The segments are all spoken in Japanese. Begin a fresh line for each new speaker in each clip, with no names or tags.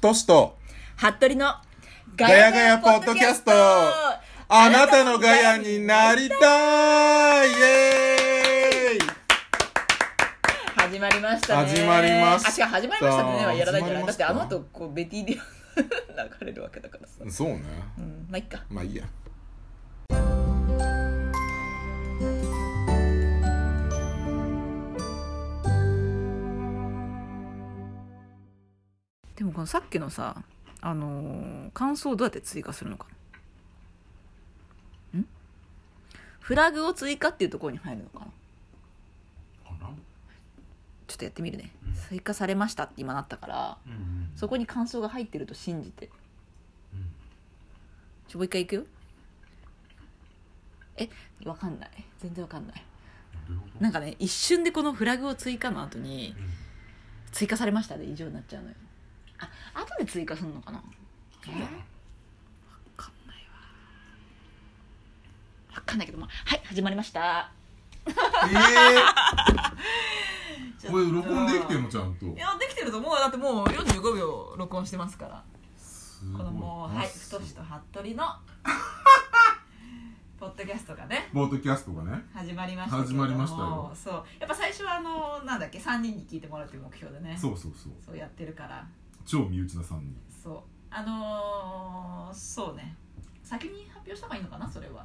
トシと、
服部の
ガヤガヤポッドキャストあなたのガヤになりたいイエーイ
始まりましたね
始まりました
あ違う始まりましたねはやらないんじゃ
始まり
ないだ
ま
っ
してた
あの後こうベティ・ディオン流れるわけだからさ
そうね。
うんまあいっか
まあいいや。
でもこのさっきのさあのー感想をどうやって追加するのかなんフラグを追加っていうところに入るのかなちょっとやってみるね追加されましたって今なったからそこに感想が入ってると信じてちょもう一回いくよえわかんない全然わかんないなんかね一瞬でこのフラグを追加の後に追加されましたで以上になっちゃうのよあ後で追加するのかなわかんないわわかんないけどまあはい始まりました
ええー。これ録音できてんのちゃんと。
いやできてると思うだってもう45秒録音してますから
すご
このもう
あ
はい
そ
太しと 服部のポッドキャストがね
ポッドキャストがね。
始まりましたけれど
始
も
まりましたよ
そうやっぱ最初はあのなんだっけ3人に聞いてもらうっていう目標でね
そうそうそう。
そうやってるから
超身内な3人。
そうあのー、そうね先に発表した方がいいのかなそれは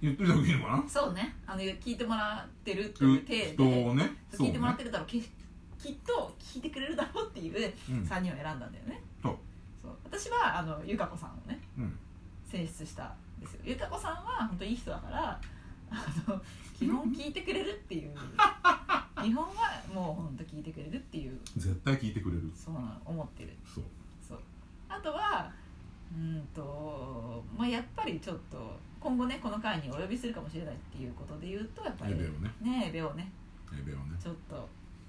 言ってた方がいいのかな
そうねあの聞いてもらってるっていう体
人
で
をね。そう
聞い
ね
てもらってるだろうけきっと聞いてくれるだろうっていう
うん。
3人を選んだんだよね、
そう
そう私はあのゆかこさんをね
うん。
選出したんですよゆかこさんは本当いい人だからあ の基本聞いてくれるっていう基本はもう本当聞いてくれるっていう
絶対聞いてくれる。
そうなの思ってる
そう。
そうあとはうーんとまあやっぱりちょっと今後ねこの回にお呼びするかもしれないっていうことで言うとやっぱ
エ
り
ベをね。
ねえべをね
エベをね。
ちょっと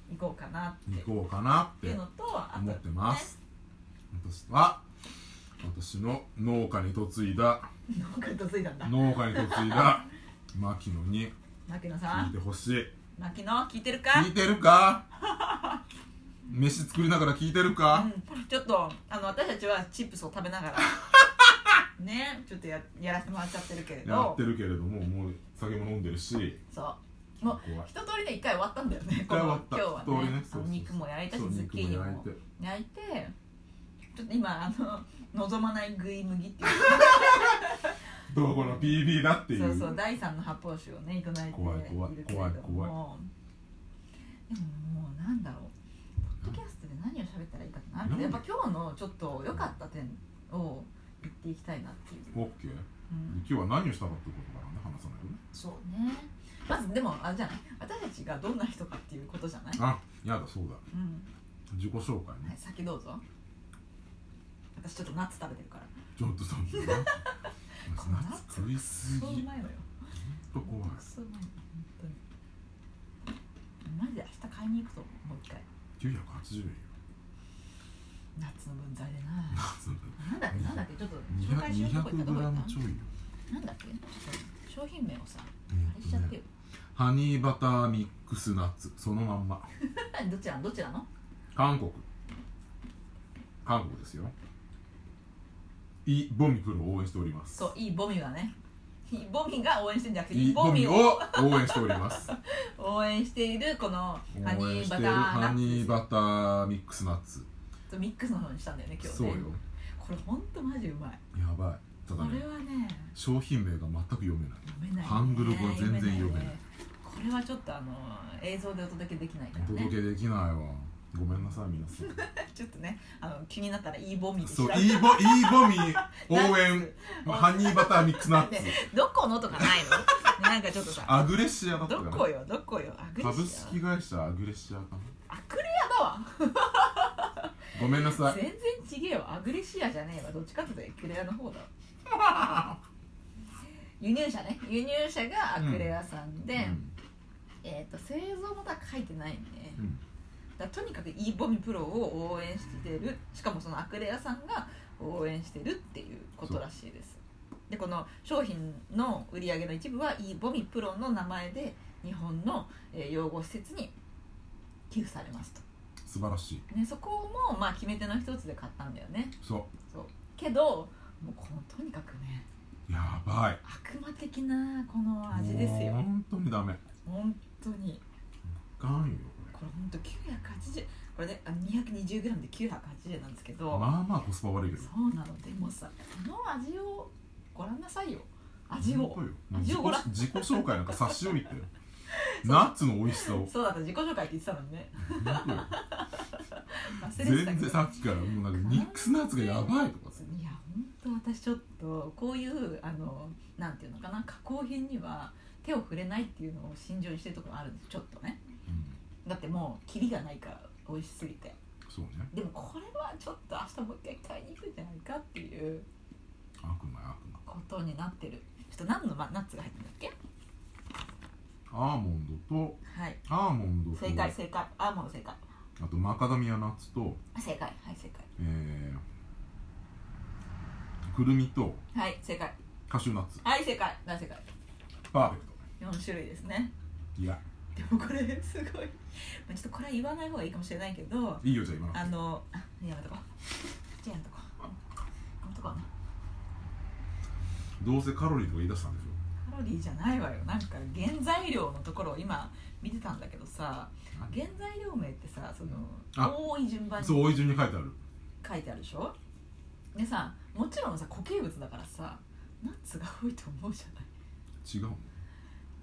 行こうかなって
行こうかなっ
いう
て
のとあ
思
と
ってます。私は、私の農家に嫁いだ、
ねなんかどついたんだ
農家に嫁いだ、牧野に
牧野さ
聞い
ん
てほしい。
牧野聞いてるか
聞いてるか飯作りながら聞いてるか、
うん、ちょっとあの私たちはチップスを食べな がらねちょっとややらせてもらっちゃってるけ
や
れ
っ
ど
てるけれども、もう酒も飲んでるし、
そうもう
怖い
一通りで一回終わったんだよね
一回終わった
この今日は
一
ね
通りねそうそうそう
あの肉も焼いたし
そう
ズッキーニも
肉も
焼
焼
い
い
て
て
ちょっと今あの望まない食い麦ってい
どこの PB だっていうう。
そうそう第三の発泡酒をねいただいてい
怖い怖い
るけれども
怖い怖い
でももうなんだろうポッドキャストで何を喋ったらいいかってなるけどやっぱ今日のちょっと良かった点を言っていきたいなっていう、
オッケー。
うん
今日は何をしたかってことからね、話さないよね。
そうねまずでもあれじゃない私たちがどんな人かっていうことじゃない、
あ、やだ、そうだ。
うん
自己紹介
はい、
ね。
先どうぞ私ちょっとナッツ食べてるから
ちょっとさ、夏食いす
そ
ぎ。ほ
ううんまいのよ
と怖い。
そううまいの本当にマジで明日買いに行くと思うもう一回
980円よ。
ナッツの分際でな
夏
なんだっけなんだっけちょっと紹介しようとこ行ったとこ行っ
200g ちょいよ。
たなんだっけちょっと商品名をさあ
え
れ
っ
しちゃっ
と
て
ね
よ
ハニーバターミックスナッツ、そのまんま。
どちらのどちらの
韓国韓国ですよイ・ボミプロを応援しております
そういいボミがねいいボミが応援してんじゃなくてい
イ・
い
ボ
ボミ
ミ
を
を応援しております
応援しているこのハ
応
ニ
援
ー
して
バ
い
タ
る
ー
ハ
ナ
ニ
ッ
ー
ツ
バターミックスナッツ
とミックスの方にしたんだよね今日
そう
ね
よ
これほんとマジうまい
やばいた
こ
だ
れ
ね
はね
商品名が全く読めない
読めないね
ハングル語は全然読めない
ねこれはちょっとあの映像でお届けできないから
お
ね
届けできないわごめんなさい皆さん
ちょっとねあの気になったらいいボミで
そう
調べて
イ・ボイ・ボミ応援ハニーバターミックスナッツ
ねどこのとかないの なんかちょっとさ
アグレッシアだった
ど
か
こ
な
よどこよアグレ
株
シ
式会社アグレッシアかな
アアクレアだわ
ごめんなさい
全然ちげえわアグレシアじゃねえわどっちかっていうとエクレアの方だわ 輸入車ね輸入車がアクレアさんで、
うん
えー、と製造もだ書いてないね
うん
だとにかく e ボミプロを応援してるしかもそのアクレアさんが応援してるっていうことらしいですでこの商品の売り上げの一部は e ボミプロの名前で日本のえー養護施設に寄付されますと
素晴らしい
ね、そこもまあ決め手の一つで買ったんだよね
そ
そうけどもうこのとにかくね
うやばい
悪魔的なこの味ですよ
もう本当にダメ
本当に
あかんよ
これ本当980これねあ 220g で980円なんですけ
これ
ど
まあまあコスパ悪いけど
そうなのでもさこの味をご覧なさいよ味を
本当よもう
味
自
をご覧
己自己紹介なんか差し置い てナッツの美味しさを
そうだった自己紹介って言ってたのに ね
本当よ
忘れてた
全
けど
然さっきからもうなんかミックスナッツがやばいとかさ
いや本当私ちょっとこういうあのなんていうのかな加工品には手を触れないっていうのを心情にしてるところあるんですちょっとね
うん
だってもうキリがないから美味しすぎて
そうね
でもこれはちょっと明日もう一回買いに行くんじゃないかっていう
悪魔悪魔
ことになってるちょっと何のまナッツが入ってるんだっけ
アーモンドと
はい
アーモンドと
正解正解あもう正解
あとマカダミアナッツと、
あ正解はい正解
えー、くるみと
はい正解
カシューナッツ
はい正解大正解
パーフェク
4種類ですね
トいや
でもこれすごいまあちょっとこれは言わない方がいいかもしれないけど
いいよじゃあ今の
あのあやめとこじゃあやめとこうやめとこうね
どうせカロリーとか言い出したんでしょ
カロリーじゃないわよなんか原材料のところを今見てたんだけどさ原材料名ってさそ
あ
の多い順番に
そうおい順に書いてある
書いてあるでしょでさもちろんさ固形物だからさナッツが多いと思うじゃない
違う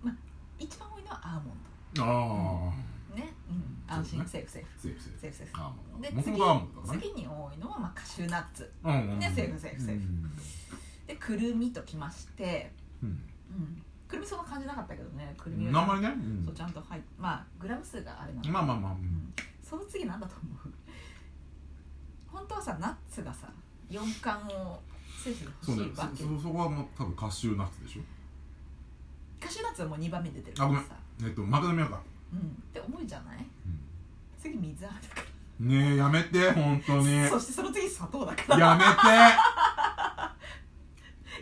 の
一番多いのはアーモン
ああ、
ドね、うん、安心、
そう
セーフセーフ
セーフセーフ
セーフセーフ
アーモン
で
ド
次
元々アーモンドだからね
次に多いのは、まあ、カシューナッツ
うんうんうん
ねセーフセーフセー
うん
フでくるみときまして
うん
うんくるみそんな感じなかったけどねくるみ
名
は
前ね、うん
そうちゃんと入っまあグラム数があれなの、
まあまあまあ、う
うんん、その次なんだと思う本当はさナッツがさ4巻を選手に
そう
欲
ね
しいわけ
そそそこはもう多分カシューナッツでしょ
カシューナッツはもう2番目出てる
あ
か
ごめ
ら
ん
さ、
えっとマカダミアか、
うん、って思うじゃない次水あめだか
うん、ねえやめて本当に
らそしてその次砂糖だから
やめ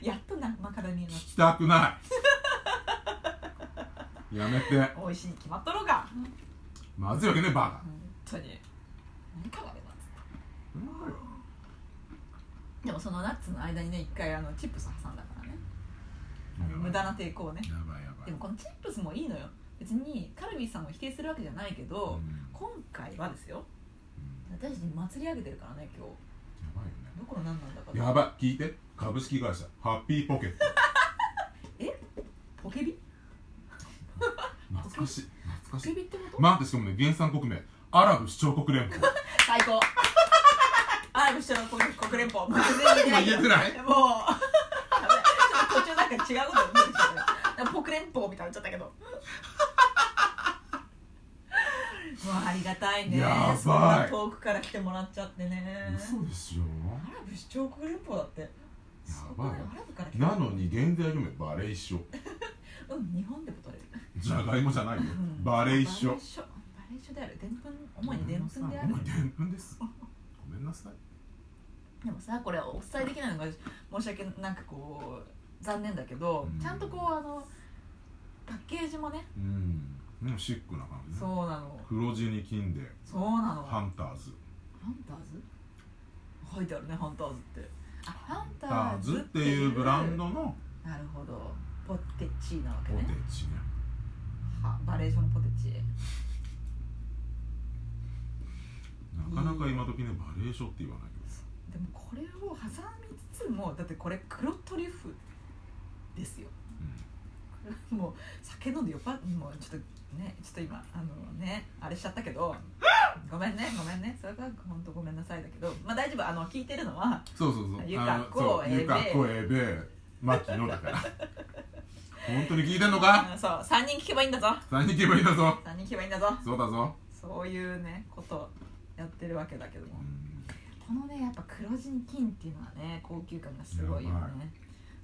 て
やっとなマカダミアナッ
聞きたくないやめて
ツ美味しいに決まっとろうが
まずいわけねバ
本当に何かがあれナッツ
カなんだよ
でもそのナッツの間にね一回あのチップス挟んだからね無駄
や
な抵抗をね
ばいやば
で
い
もこのチップスもいいのよ別にカルビーさんを否定するわけじゃないけど、
うん
今回はですよ
うん
私たち祭り上げてるからね今日
やばいよね
どこの何なんだか
やばい聞いて株式会社ハッピーポケット
ポケビ
懐かしい懐
ポ
かし
ケ
い
ビってこと、
待ってしかもね原産国名アラブ首長国連邦
最高 アラブ首長国国連邦もう全
今
然
言えて
よ
ない
もうダメだちょっと途中なんか違うこと思ってきちゃったなんか国連邦みたいになっちゃったけどもうありがたいね
やばい
そんな遠くから来てもらっちゃってね
嘘でしょ
アラブ首長国連邦だってや
ばい
アラブから来て
なのに原材料名バレ一緒
うん日本でも取れる
じゃがいもじゃないよ
うん
バレ一
バ
緒
レ一緒バレ一緒であるでんぷん主にでんぷんである
主にでんぷんですごめんなさい
でもさこれお伝えできないのが申し訳なんかこう残念だけど、
うん
ちゃんとこうあのパッケージもね、
うんうんシックな感じね
そうなの
黒地に金で
そうなの
ハ
ハ
ンターズ
ンターズ書いてあるねハンターズってあハンタ
タ
ー
ー
ズ
ズ
っ
ってて
い
いううブランドの
なるほどポテチなわけ
ポテ
ね
チね
はバレーションポテチ
なかなか今時ねバレーショって言わないけ
でもこれを挟みつつもだってこれ黒トリュフですよ もう酒飲んで酔っ払ってもうちょっとねちょっと今あのねあれしちゃった けどごめんねごめんねそれが本当ごめんなさいだけどまあ大丈夫あの聞いてるのは
ど、うん、そうそうそう
ゆかっこ
あのそうゆかっこえべマキのだから 本当に聞いてんのか
うんそう3人聞けばいいんだぞ
三人気分だぞ
3人聞けばいいんだぞ
そうだぞ、
そういうねことやってるわけだけど
う
も
ん、
このねやっぱ黒字に金っていうのはね高級感がすごいよ
やばい
ね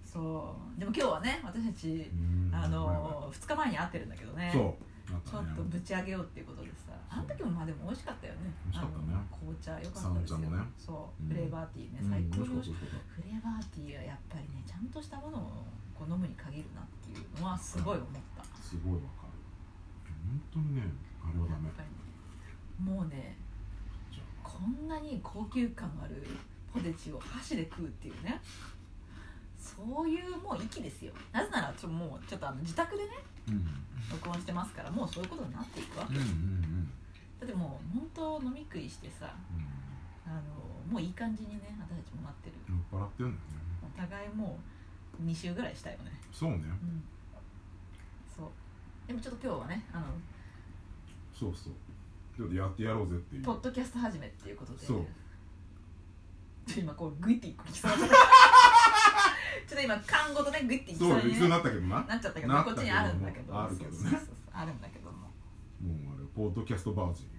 そうでも今日はね私たち
うん
あ
やばいやば
の2日前に会ってるんだけどね
いそうなん
ちょ
か
っと
ね
ぶち上げようっていうことでさあの時もまあでも美味しかったよね
美味しかったね
あの紅茶よかったですよ
三茶のね
そう
うん
フレーバーティーね
うん
最高
美味
に
し
美
かった美味
味しい
しかっ
フレーバーティーはやっぱりねちゃんとしたものをこう飲むに限るなっていうのはすごい思った
たすごいわかる本当にねあれは
や
ダ
っ
メ
ぱりねもうねんなに高級感あるポテチを箸で食うっていうねそういうもう息ですよなぜならちょもうちょっとあの自宅でね
うん
録音してますからもうそういうことになっていくわ
うんうんうん
だってもう本当飲み食いしてさあのもういい感じにね私たちもなってる
うん酔っ払ってるんだよね
お互いもう2週ぐらいしたよね
そうね
うんそうでもちょっと今日はねあの
そうそうちょっとやってやろうぜっていう
ポッドキャスト始めっていうことで
そう
ちょっと今こうグイって一個来そう だったちょっと今漢語とねグイっていき
そう
そう
行
にね
きそうになったけどなもう
なっちゃったけど
なっ
こ
た
っ
けども
ちにあるんだけど
あるけどね
そうそうそうそうあるんだけども
あれポッドキャストバージンよ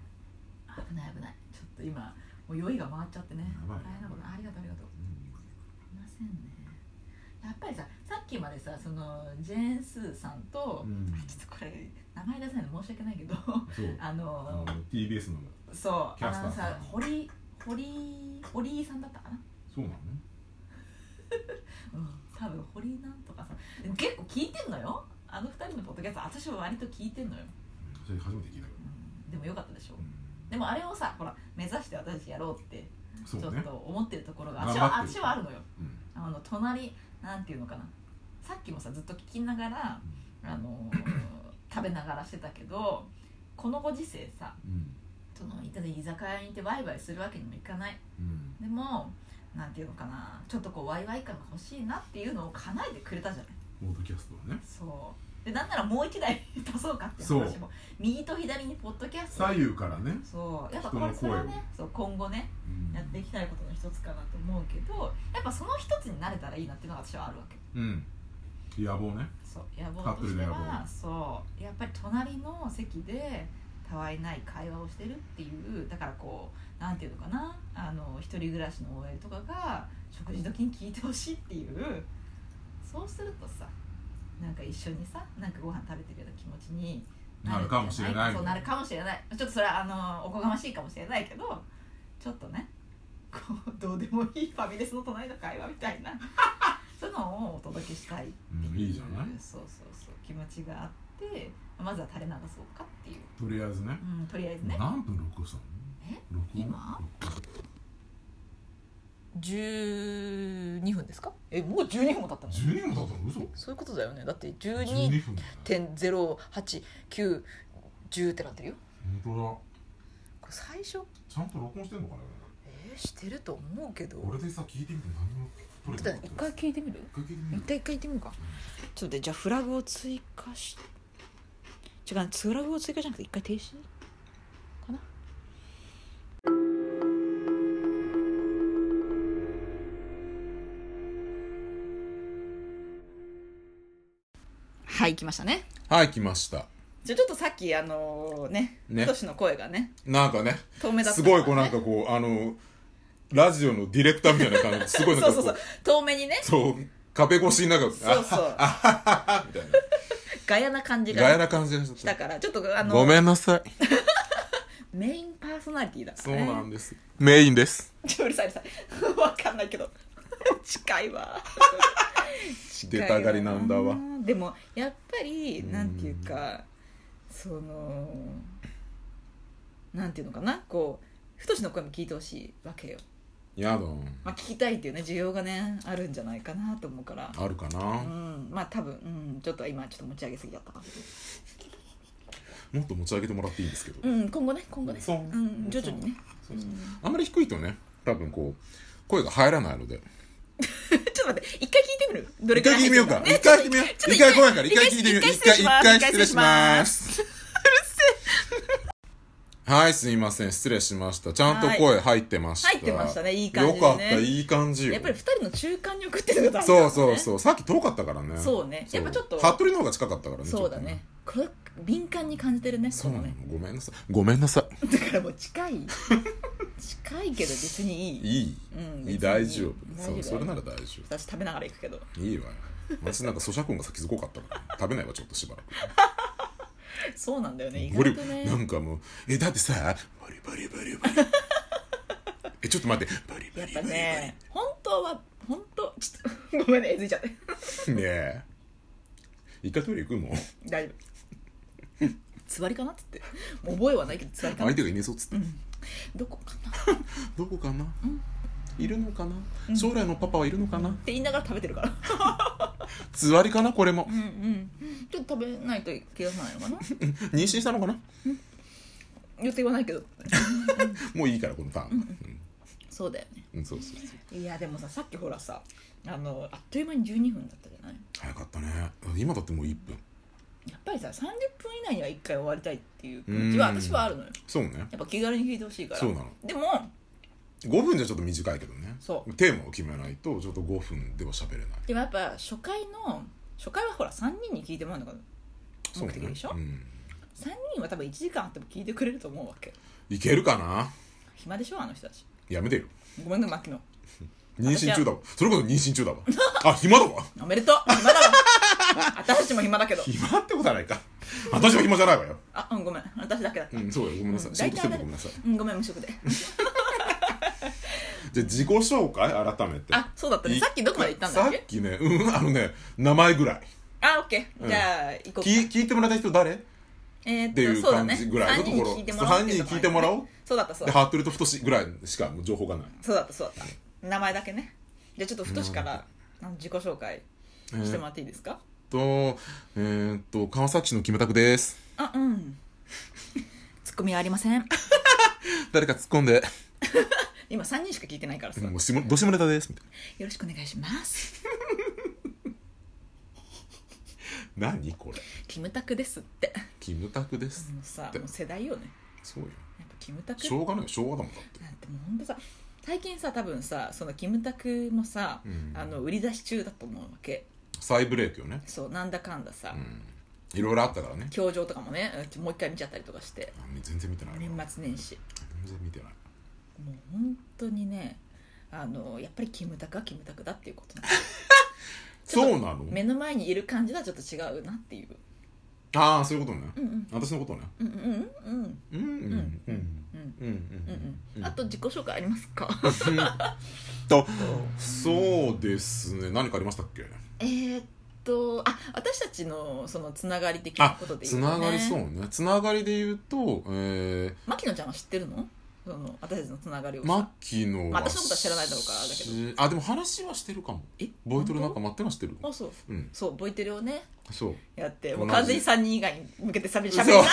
危ない危ないちょっと今もう酔いが回っちゃってね
やばい
大変なことありがとうありがとういませんねやっぱりささっきまでさそのジェーン・スーさんと、
うん
あちょっとこれ名前出せないの申し訳ないけど
そう
あ
あ
の
の TBS の
そう
キャスターさん
あのさ堀堀堀井さんだったかな
そうなの
うん多分堀井なんとかさんでも結構聞いてんのよあの二人のポッドキャスト私は割と聞いてんのよ、
うんそれ初めて聞いたけ
うんでもよかったでしょ
どうん
でもあれをさほら目指して私やろうってち
そ
ょっ
うね
と思ってるところが、
頑張
私は
ってる
私はあるのよ
うん
あの隣なんていうのかなさっきもさずっと聞きながらあのー食べながらしてたけどこのご時世さ
うん
そのいただ居酒屋に行ってワイワイするわけにもいかない
うん
でもなんていうのかなちょっとこうワイワイ感が欲しいなっていうのを叶えてくれたじゃない
ポッドキャストはね
そうでなんならもう一台足そうかって
そう
話も右と左にポッドキャスト
左右からね
そうやっぱ
人
こ
の
れそれは
声
ねそう今後ね
うん
やっていきたいことの一つかなと思うけどやっぱその一つになれたらいいなっていうのが私はあるわけ
うん野望ね
そう野
カ
望
ッ
と
プ
し
ル
て
の野
は
望
そうやっぱり隣の席でたわいない会話をしてるっていうだからこうなんていうのかなあの一人暮らしの OL とかが食事時に聞いてほしいっていうそうするとさなんか一緒にさなんかご飯食べてるような気持ちに
なるかもしれない
そうなるかもしれないちょっとそれはあのおこがましいかもしれないけどちょっとねこうどうでもいいファミレスの隣の会話みたいな そういうのをお届けしたい
うんいいじゃない
そうそうそう気持ちがあってまずは垂れ流そうかっていう、
とりあえずね
うん、とりあえずね
何分録音したの
え
録音
今12分ですかえもう12分も経ったの
12分だったの嘘
そういうことだよねだって
12分
12.0890ってなってるよ
本
これ最初
当だちゃんと録音してんのかな
えー、してると思うけど
俺でさ聞いてみて何も取れ
ち
て
ょ
な
っ
かっ
と一
た
回聞いてみる
一回聞いてみ
一
よ
回一回行ってみるかちょっと待ってじゃあフラグを追加し違うフラグを追加じゃなくて一回停止かなはい来ましたね
うはい来ました
じゃあちょっとさっきあのね
ね
トシの声がね
なんかね
透明だった
す
のが
ご
ね
いこうなんかこうあのラジオのディレクターみたいな感じすごいなんか
そう
こ
そう
う
そう透明にね
そう壁越しになんか
そうそ
あ
う
ははあははみたいな
ガヤな感じ
ガヤ
が
な感じがし
した
た
からちょっとあの
ごめんなさい
メインパーソナリティだか
そう
らね
なんですメインです
ちょうるさいうるさい わかんないけど近いわ
出たがりなんだわ
でもやっぱり
うん
なんていうかそのなんていうのかなこう太の声も聞いてほしいわけよ、
やだ
まあ、聞きたいっていうね需要がねあるんじゃないかなと思うから
あるか
う
なん
まあ多分、うん、ちょっと今ちょっと持ち上げすぎだったかな
もっと持ち上げてもらっていいんですけど
うん今後ね今後ね
そうん
徐々にね
そう そうあんまり低いとね多分こう声が入らないので
ちょっと待って一回聞いてみるどれ
一
く
回聞
ら
い
い
てみようか
入
一
って
回聞いて
る
みよう
ちょっと
一回来ないから一回
一回
聞いてみよう
一
一
回
回
失
一
礼します
回失礼し ますはいすいません失礼しましたちゃんと声入ってました
入ってましたねいい感じ
よ
でね
かったいい感じよ
やっぱり二人の中間力っていうのが大事だもん
そ
ね
うそうそうさっき遠かったからね
そうねやっぱちょっと
服部の方が近かったからね
そうだ
ちょっ
ね
と
これ敏感に感じてるね
そうなの
ね
ごめんなさいごめんなさ
だからもう 近い近いけど別にい
いい
い
い
うん
いい大丈夫
大丈
そ
夫
うそれなら大丈
私食べながら行くけど
夫いいわ よ私なんか咀嚼音が先ずこかったから食べないわちょっとしばらく
そうなんだよね意
ゴ
外
リ
と
な
ね
んかもうえだってさバリバリバリバリ えちょっと待ってバリバ
やっ
リバリバ
ぱ
リ
ね本当は本当ちょっと ごめんねえずいちゃって
ねえ一回トイレ行くの
大丈夫つわりかなっつってもう覚えはないけどつわりかな
相手がいねえぞっつって
どこかな
どこかな、
うん
いるのかな、
うん
将来のパパはいるのかな
て言いながら食べてるから
つわりかなこれも
うんうんちょっと食べないといけないのかな
妊娠したのかな
予定はないけど
もういいからこのターン、
そうだよね
うんうんそうそうそう
いやでもささっきほらさあのあっという間に12分だったじゃない
早かったね今だってもう1分
やっぱりさ30分以内には1回終わりたいっていう気持ちは
うん
私はあるのよ
そうね
やっぱ気軽に聞いてほしいから
そうなの
でも
5分じゃちょっと短いけどね
そう
テーマを決めないとちょっと5分では喋れない
でもやっぱ初回の初回はほら3人に聞いてもらうのが
そう
目
ね
的でしょ、
うん、
3人は多分1時間あっても聞いてくれると思うわけ
いけるかな
暇でしょあの人たち
やめてよ
ごめんね牧野
妊娠中だわそれこそ妊娠中だわあ暇だわ
おめでとう暇だ わ私たちも暇だけど
暇ってことはないか私は暇じゃないわよ
あうんごめん私だけだった、
う
うん
んそうよごめんなさい仕
大
事して
体
るのごめん
ね
なさい
うん、ごめん無職で
じゃあ自己紹介改めて
あそうだったね
い
さっきどこまで行ったんだっ
さ
け
っきねうんあのね名前ぐらい
あオッケーじゃあ行こうか
聞聞いてもらった人誰
え
ってい
ー、っ
う
とそうだ
感
ね
じぐらいのところ
3人に聞いてもらおうってう
そう3人聞いてもらおう
そうだったそう
で
だった
ハートルと太しぐらいしかもう情報がない
そうだったそうだった名前だけねじゃあちょっと太しからあの自己紹介
えー
しても
っ
らっていいですか、
とえーっと川崎市のキムタクです
あうん ツッコミはありません
誰か突っ込んで
今3人しか聞いてないからさ、
も
よ
うしもどしもネタですみたい
ろしくお願いします
な何これ
キムタクですって
キムタクです
もうさ
で
もう世代よね
そうよ
やっぱキムタク
しょうがない昭和だもんだって
なんてもうほんとさ最近さ多分さそのキムタクもさ、
うん
あの売り出し中だと思うわけ
再ブレイクよね
そうなんだかんださ、
うんいろいろあったからね
教場とかもねうんもう一回見ちゃったりとかして
あ全然見てないわ
年末年始
全然見てない
もう本当にねあのやっぱりキムタクはキムタクだっていうことなんですちょっ
そ
と
うなの
目の前にいる感じとはちょっと違うなっていう
ああそういうことね
うんうん
私のことね
うんうんうん
うんうんうんうん
うんうん
う
うんんあと自己紹介ありますか
とそうですね何かありましたっけ
えーっとあ私たちのそのつながり的な
あ
ことで
つ
言うと、ね、
ながりそうねつながりで言うとえー
牧野ちゃんは知ってるのその私たちのつながりをさ
牧野
まあ私のことは知らないだろうからだけど
どあでも話はしてるかも
え
ボイトレなんか
本
待ってのはしてるか
当あ
も
そう
うん
そうボイテレをね
そう
やって
同じ
もう完全に3人以外に向けてしゃべり
嘘
し ゃべりな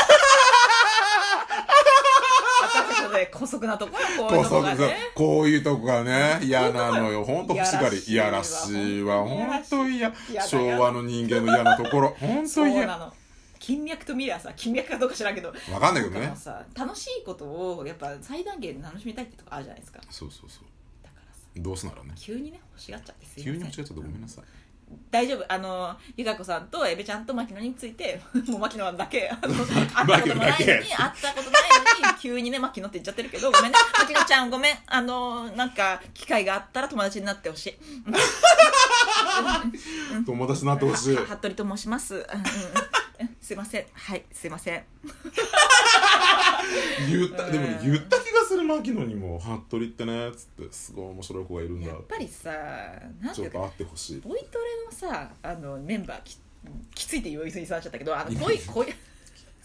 私のね姑息なところこう
こ
いう
う
と
そ
こ
う
が
そう
ね
こういうとこがね嫌なのよほんと欲しがりい
い
や
や
ら
ら
し
し
い
い
わ
わ
ほんと嫌
嫌だ
昭和の人間の嫌なところほんと
そうな
嫌
の金脈とミラーさ金脈かどうか知らんけど
わかんないけど
なん
ね
かさ楽しいことをやっぱ最大限楽しみたいってとこあるじゃないですかだか
そうそうそう
らさ
どうすならね
急にね欲しがっちゃってすいませ
急
ん
に間違っちゃってごめんなさい
大丈夫あのゆかこさんとエベちゃんと牧野について もう牧野だ けあの会ったこと
牧野
もないのに
だけ
会ったことないのに急にね牧野って言っちゃってるけどごめんね牧野ちゃんごめんあのなんか機会があったら友達になってほしい
友達になってほしい
は服部と申します、うんうんうんすいませんはいすいません
言った
うん
でもね言った気がする牧野にも「服部ってね」つってすごい面白い子がいるんだ
やっぱりさなんて
ちょ
い
っ
う
と
か
会ってほしい
ボイトレのさあのメンバーききついって言い過ぎされちゃったけどあのこいこい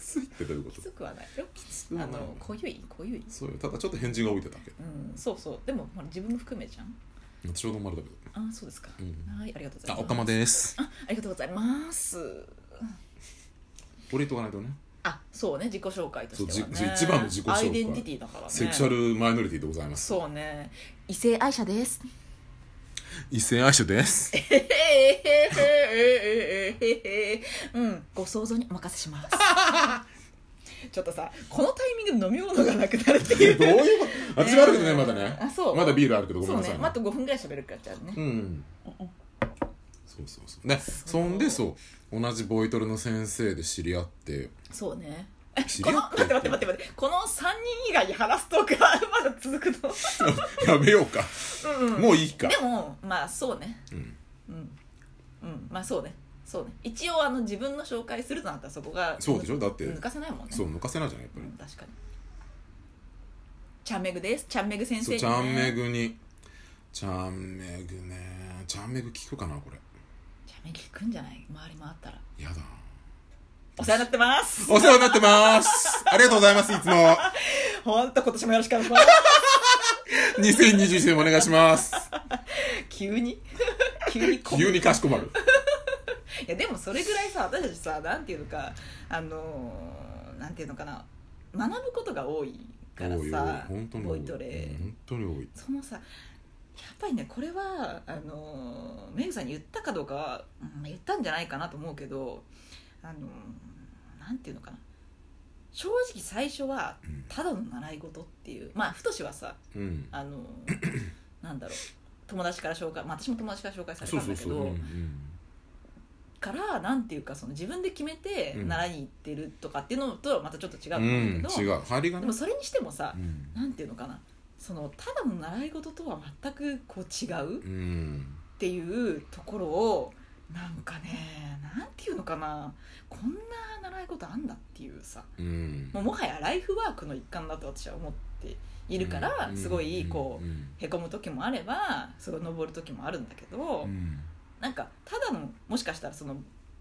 ついってどういうこ
き
と
つくはないよ
つく
あ
はない
のこゆいこゆい
そうよただちょっと返事が置いてただけ
うんそうそうでもほら自分も含めじゃん
ちょうど生まれたけど
あそうですか、
うん
はいありがとうござ
あ
います
おかまです
あありがとうございます
これ言っとかないとね
あそうね自己紹介としてはね
そうじ一番の自己紹介
アイデンティティだからね
セクシャルマイノリティでございます
そうね異性愛者です
一斉愛者です
へへへへへへへうんご想像にお任せします ちょっとさこのタイミングで飲み物がなくなるってい
え
う
どういうことあ違うあるけどね
えー
まだね
あそう
まだビールあるけどごめん
そう
なさい
ね
ね
また5分ぐらい喋るからじゃあね、
うんそうそうそうねそんでそう同じボイトレの先生で知り合って
そうね
知
こ
り合
の
っ
待って待って待って待ってこの3人以外に話すトークはまだ続くの
てやめようか
うん、うん、
もういいか
でもまあそうね
うん
うん、うん、まあそうねそうね一応あの自分の紹介するとなったらそこが
そうでしょだって
抜かせないもんね
そう抜かせないじゃないやっぱ
う
り
ん、確かにチャンメグですチャンメグ先生
そう
に、ね、
チャンメグにチャンメグねチャンメグ聞くかなこれ
チャンメグ聞くんじゃない回り回ったら
やだ
お世話になってます
お世話になってますありがとうございますいつも
本当今年もよろしくお願いします
2021年もお願いします。
急に 急にこ
急にかしこまる。
いやでもそれぐらいさ私たちさなんていうのかあのーなんていうのかな学ぶことが多いから
おいおい
さ
本当に
ボ
多い
イトレ
本当に多い。
そのさやっぱりねこれはあのーメグさんに言ったかどうかは、うんまあ言ったんじゃないかなと思うけどあのーなんていうのかな正直最初は
うん
ただの習い事っていうまあ太はさ
うん。
あのー なんだろう友達から紹介、まあ、私も友達から紹介され
そうん
た
そ
だ
う
け
そう。
ど
うんうん
からなんていうかその自分で決めて
うん
習いに行ってるとかっていうのとはまたちょっと違う
う
と思うん
ん
だけ
違
ど、
う。入りがね
でも。それにしてもさ
う、ん
なんていうのかなそのただの習い事とは全くこう違うっ
うん。
ていうところをなんかねなんていうのかなこんな習い事あんだっていうさ
うん。
もうもはやライフワークの一環だと私は思っているから、
うん
すごいこう、
うん
へこむ時もあればすごい登る時もあるんだけど、
うん
なんかただのもしかしたらその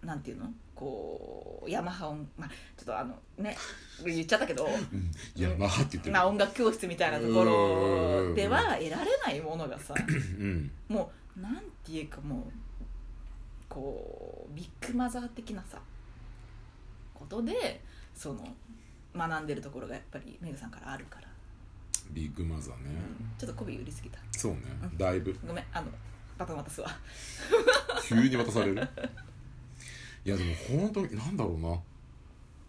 なんていうのこうヤマハ音、まあ、ちょっとあのね 言っちゃったけど
うんいやまあって言ってる
まあ音楽教室みたいなところでは得られないものがさ
うん
もうなんていうかもうこうビッグマザー的なさことでその学んでるところがやっぱりメグさんからあるから、
ビッグマザーね
ちょっと媚び売りすぎた
そうね
うん
だいぶ
ごめんあのバトン渡すわ
急に渡されるいやでも本当になんだろうなも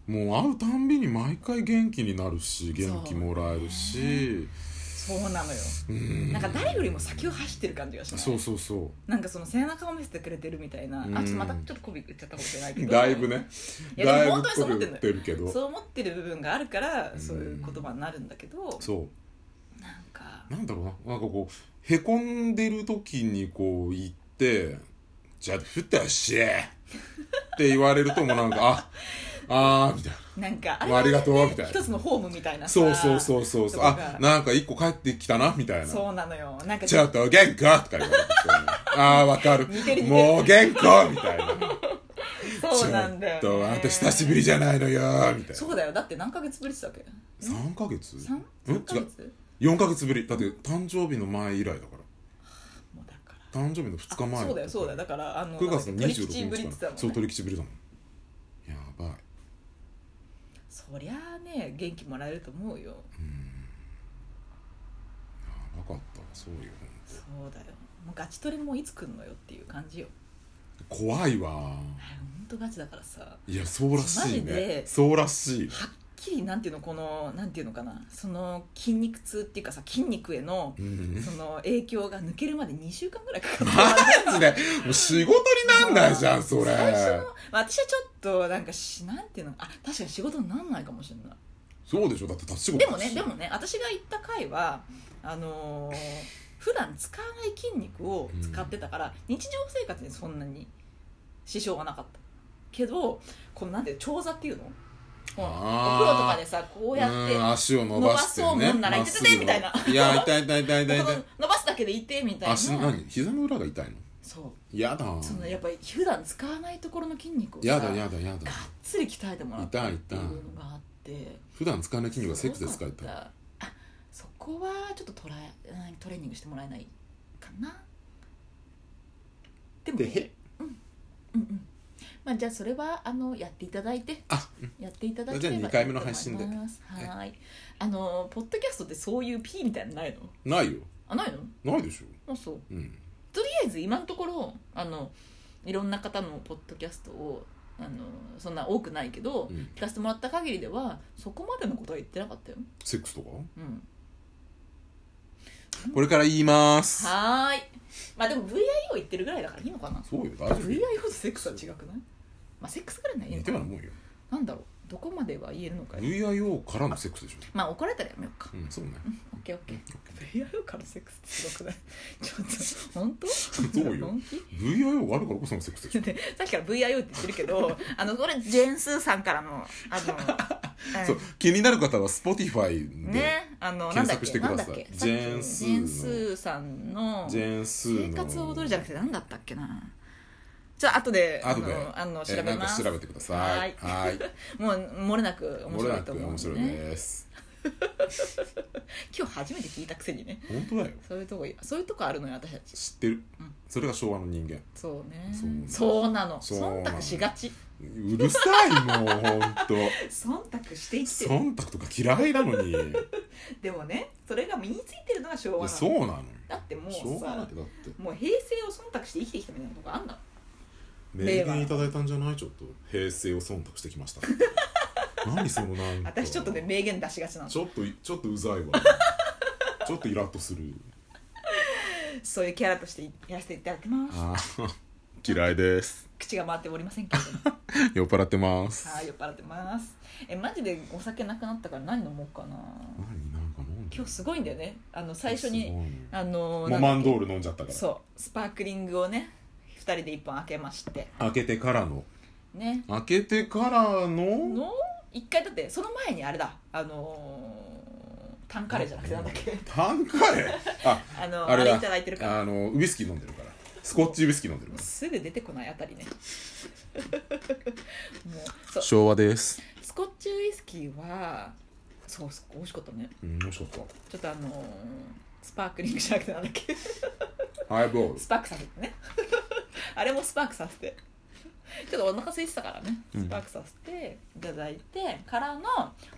う会うたんびに毎回元気になるし元気もらえるし
そうなのよ
うん
なんか誰よりも先を走ってる感じがしない
そうそうそ
なんかその背中を見せてくれてるみたいな、
うん
あちょっとまたちょっとこび売っちゃったかもしれないけ
う
ど
だいぶね
いや
だ
で
いぶ
も本当にそう思って
言
んの
っ
よ
てるけど
そう思ってる部分があるから
うん
そういう言葉になるんだけど、
そう
なんか
なんだろうななんかこうへこんでる時にこう言って「じゃあふたし!」って言われるともうなんか「ああー」みたい
なんか
な「
あれ
もうありがとう」みたいな
一つのホームみたいなさ
そうそうそうそうそう
とか
あなんか一個帰ってきたなみたいな
そうなのよなんか
ちょっと元気かとか言われてそうああわかる
似てる似てる
もう元気かみたいな
そうなんだよ、ね、
ちょっとあんた久しぶりじゃないのよみたいな
そうだよだって何ヶ月ぶりって言ってたっけ
3ヶ月
三
うん
三ヶ
違う
月
4ヶ月ぶりだって誕生日の前以来だから
もうだから
誕生日の2日前
あそうだよそうだよだからあの
9月の
なんだっけ取引
26
ぶり
日
って言って
か
た
ら
もんね
そう取り吉ぶりだもんやばい
そりゃあね元気もらえると思うよ
やばかったそういう
そうだよもうガチトレもいつ来んのよっていう感じよ
怖いわ
あれ本当ガチだからさはっ
いやそうらしい
マジ
ね
で
そうらしい
きりなんていうのこのなんていうのかなその筋肉痛っていうかさ筋肉への
うん
その影響が抜けるまで2週間ぐらいかかった
マジでもう仕事になんないじゃんそれ
最初のまあ私はちょっとなんかしなんていうのあ確かに仕事になんないかもしれない
そうでしょだって立ち仕事
でもねでもね私が行った回はあのー普段使わない筋肉を使ってたから、日常生活にそんなに支障はなかったけどこのなんていう長座っていうのこのお
あー
風呂とかでさこうやって
うん足を伸ばしてね
伸ばそうもんなら
まっすぐの
痛い痛い痛いみたいない
や痛い痛い痛い痛い痛
この伸ばすだけでいてみた
い
いな
足の何膝の裏が痛いの
そ
やだ
うそのやっぱり普段使わないところの筋肉をさ
やだやだや
が
だ
っつり鍛えてもらった
痛い
って
痛
い
いう
のがあって
普段使わない筋肉がセックスで使え
すごか
た
ったあそこはちょっとトライうんトレーニングしてもらえないかなでも、
でへ
ね、うんうんうんまあじゃあそれはあのやっていただいて
あ
やっていただければ
じゃあ
いい
二回目の配信で
と思いますはーいあのポッドキャストってそういう P みたいなのないの
ないよ
あないの
ないでしょ
あそう
うん
とりあえず今のところあのいろんな方のポッドキャストをあのそんな多くないけど、
うん
聞かせてもらった限りではそこまでのことは言ってなかったよ
セックスとか
うん
これから言います
はーいまあでも VIO 言ってるぐらいだからいいのかな
そうよ大丈夫
VIO とセックスは違くないまあセックスぐらいならいい
似
の
て
か
る
な
と思うよ
なんだろうどこまでは言えるのか
VIO からのセックスでしょ
まあ怒られたらやめようか
うんそうね
OKOK VIO からセックスってすごくないちょっと本当
そうよ
本気
VIO があるからこそのセックスで しょ
さっきから VIO って言ってるけ どあのこれジェーンスーさんからのあのうん
そう気になる方は Spotify で
ねあのなん
検
だっ
索して
け
くだ
な
さい
んだっけ
ジェーンスー
ジェ
の
ーンスーさんの
ジェーンスー
生
の
活を踊るじゃなくてなんだったっけなちょっと後で
後で
あのあの調べ
えーなん
ま
か
す
調べてください
は
はい
もう漏れなく面
もれ
白
ない
と
く
思う
面
んで
白い
ね
です
今日初めて聞いたくせにね
本当だよ
そういうとこそういうとこあるのよ私たち
知ってる、
うん
それが昭和の人間
そうね
そうなの
そうな
そ
の
うなの
忖度しがち
うるさいもう本 当
忖度していってる
忖度とか嫌いな のにい
でもねそれが身についてるのが昭和
や
な
そう
の
なのよ
だってもう
しょうがないだっ
さ
て
もう平成を忖度して生きてきたみたいなとこあんだ
名言いただいたんじゃないちょっと平成を忖度してきました 何そのなんか
私ちょっとね名言出しがちなの
ちょっとちょっとうざい わちょっとイラッとする
そういうキャラとしてやらせていただきます
あー嫌いです
口が回っておりませんけれども
酔っ払ってます
はい酔っ払ってますえマジでお酒なくなったから何飲もうかな
何なんか飲んで
今日すごいんだよねあの最初
す
に
ごいね
あの
もう
な
マ
ん
ン
だっ
ドール飲んじゃったか
け
ら
そうスパークリングをね2人で1本開けまして
開けてからの
ね
開けてからの
の一回だってその前にあれだあのー、タンカレーじゃなくてなんだっけ
タン カレーあ
あの
あ
あ
れ
れ
だ
いただいてるから
あのウイスキー飲んでるからスコッチウイスキー飲んでるか
すぐ出てこないあた りねもうそう
ら昭和です
スコッチウイスキーはそうそう美味しかったね
うん美味しかっ
ちょっとあのー、スパークリングじゃなくてなんだっけ
たハイボール
スパークさせてね あれもスパークさせてちょっとお腹空いてたからね
うん
スパークさせていただいてからの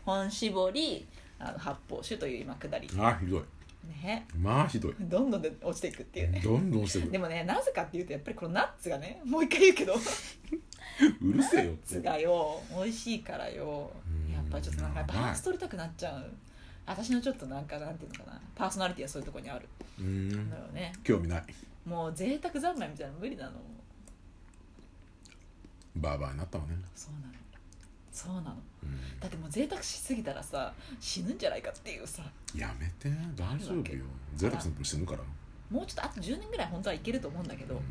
本搾りあの発泡酒という今下り
あーひどい
ね
まあひどい
どんどんで落ちていくっていうね
どんどんしてく
で
る
もねなぜかっていうとやっぱりこのナッツがねもう一回言うけどナッ
うるせえよって
ツがよ美味しいからよ
うん
やっぱりちょっとなんか
やばい
バランス取りたくなっちゃう私のちょっとなんかなんていうのかなパーソナリティはそういうところにある
うんん
だよね
興味ない
もう贅沢三昧みたいなの無理なの
バーバーになったわね
そうなのそうなの
うん
だってもう贅沢しすぎたらさ死ぬんじゃないかっていうさ
やめて大丈
あるわ
夫
け
よ贅沢すると死ぬから
もうちょっとあと10年ぐらい本当はいけると思うんだけど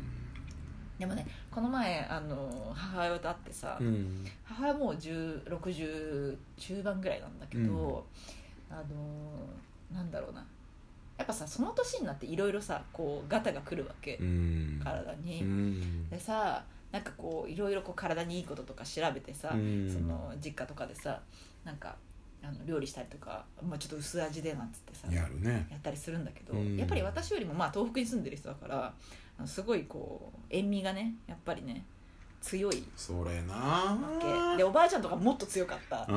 でもねこの前あの母親と会ってさ、
うん
母はもう10 60中盤ぐらいなんだけど、あのーなんだろうなやっぱさその年になっていろいろさこうガタが来るわけ、
うん
体に、
うん
でさなんかこういろいろこう体にいいこととか調べてさ、
うん
その実家とかでさなんかあの料理したりとか、まあ、ちょっと薄味でなんつってさ
やるね
やったりするんだけど、
うん
やっぱり私よりもまあ東北に住んでる人だからあのすごいこう塩味がねやっぱりね強い
それな
わけでおばあちゃんとかもっと強かった
う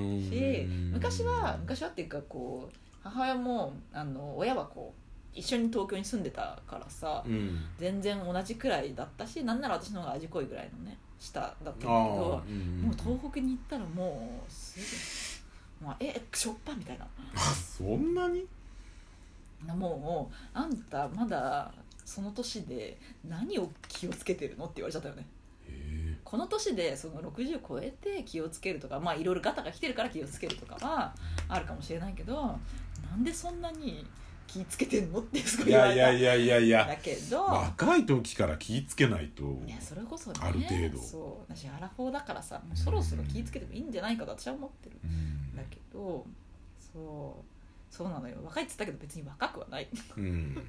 ん
し昔は昔はっていうかこう母親もあの親はこう一緒に東京に住んでたからさ
うん
全然同じくらいだったしなんなら私の方が味濃いぐらいのね下だったんだけど
ああ
も
う
うん東北に行ったらもうすぐもうえしょっぱみたいな
あそんなに
もうあんたまだその年で何を気をつけてるのって言われちゃったよね
え
この年でその60超えて気をつけるとかまあいろいろガタが来てるから気をつけるとかはあるかもしれないけどなんでそんなに気つけてんのってすごい
い
言わ
や
れ
い
た
やいやいやい
だ
や
けど、
若い時から気ぃつけないと
いやそれこそね
ある程度
そう私アラフォーだからさもうそろそろ気つけてもいいんじゃないかと私は思ってる
うん
んだけどそうそうなのよ若いって言ったけど別に若くはない
うん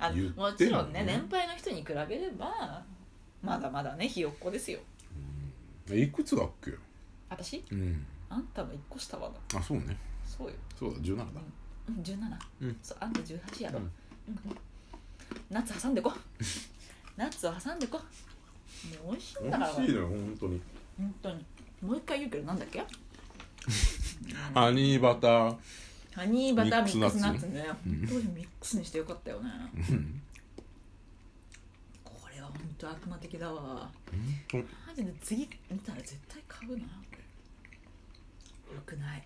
あの
言ってんのね
もちろんね年配の人に比べればまだまだねひよっこですよ
うんいくつだっけ
私
うん
あんたの1個下はな
あそうね
そうよ、
そうだ17だ
うん、17、
うん
そうあんた18やろ、
う
うんんうん夏挟ん でこ夏を挟んでこもう美味しいん
美
だから
味しいのよ本当に
本当にもう一回言うけどなんだっけ
ハニーバター
ハニーバターミックスナッ
ミック
ツね
うん
本当にミックスにしてよかったよね
うん
これは本当悪魔的だわ
本
マジで次見たら絶対買うなよくない